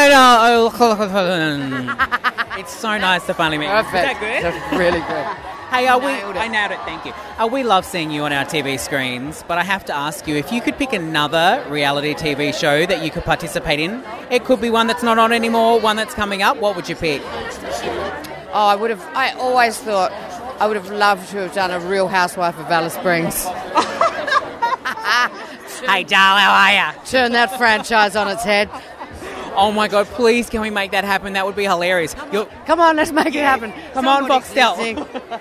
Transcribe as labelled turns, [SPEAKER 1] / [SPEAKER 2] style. [SPEAKER 1] Fiona O'Cloughlin. it's so nice to finally meet you. Is that good?
[SPEAKER 2] That's really good.
[SPEAKER 1] Hey, are we? I nailed it. Thank you. Uh, we love seeing you on our TV screens, but I have to ask you if you could pick another reality TV show that you could participate in. It could be one that's not on anymore, one that's coming up. What would you pick?
[SPEAKER 2] Oh, I would have. I always thought I would have loved to have done a Real Housewife of Alice Springs.
[SPEAKER 1] Hey, Dal, how are you?
[SPEAKER 2] Turn that franchise on its head.
[SPEAKER 1] Oh my God! Please, can we make that happen? That would be hilarious. You're,
[SPEAKER 2] Come on, let's make it happen.
[SPEAKER 1] Come on,
[SPEAKER 2] Somebody's
[SPEAKER 1] Foxtel.
[SPEAKER 2] listening.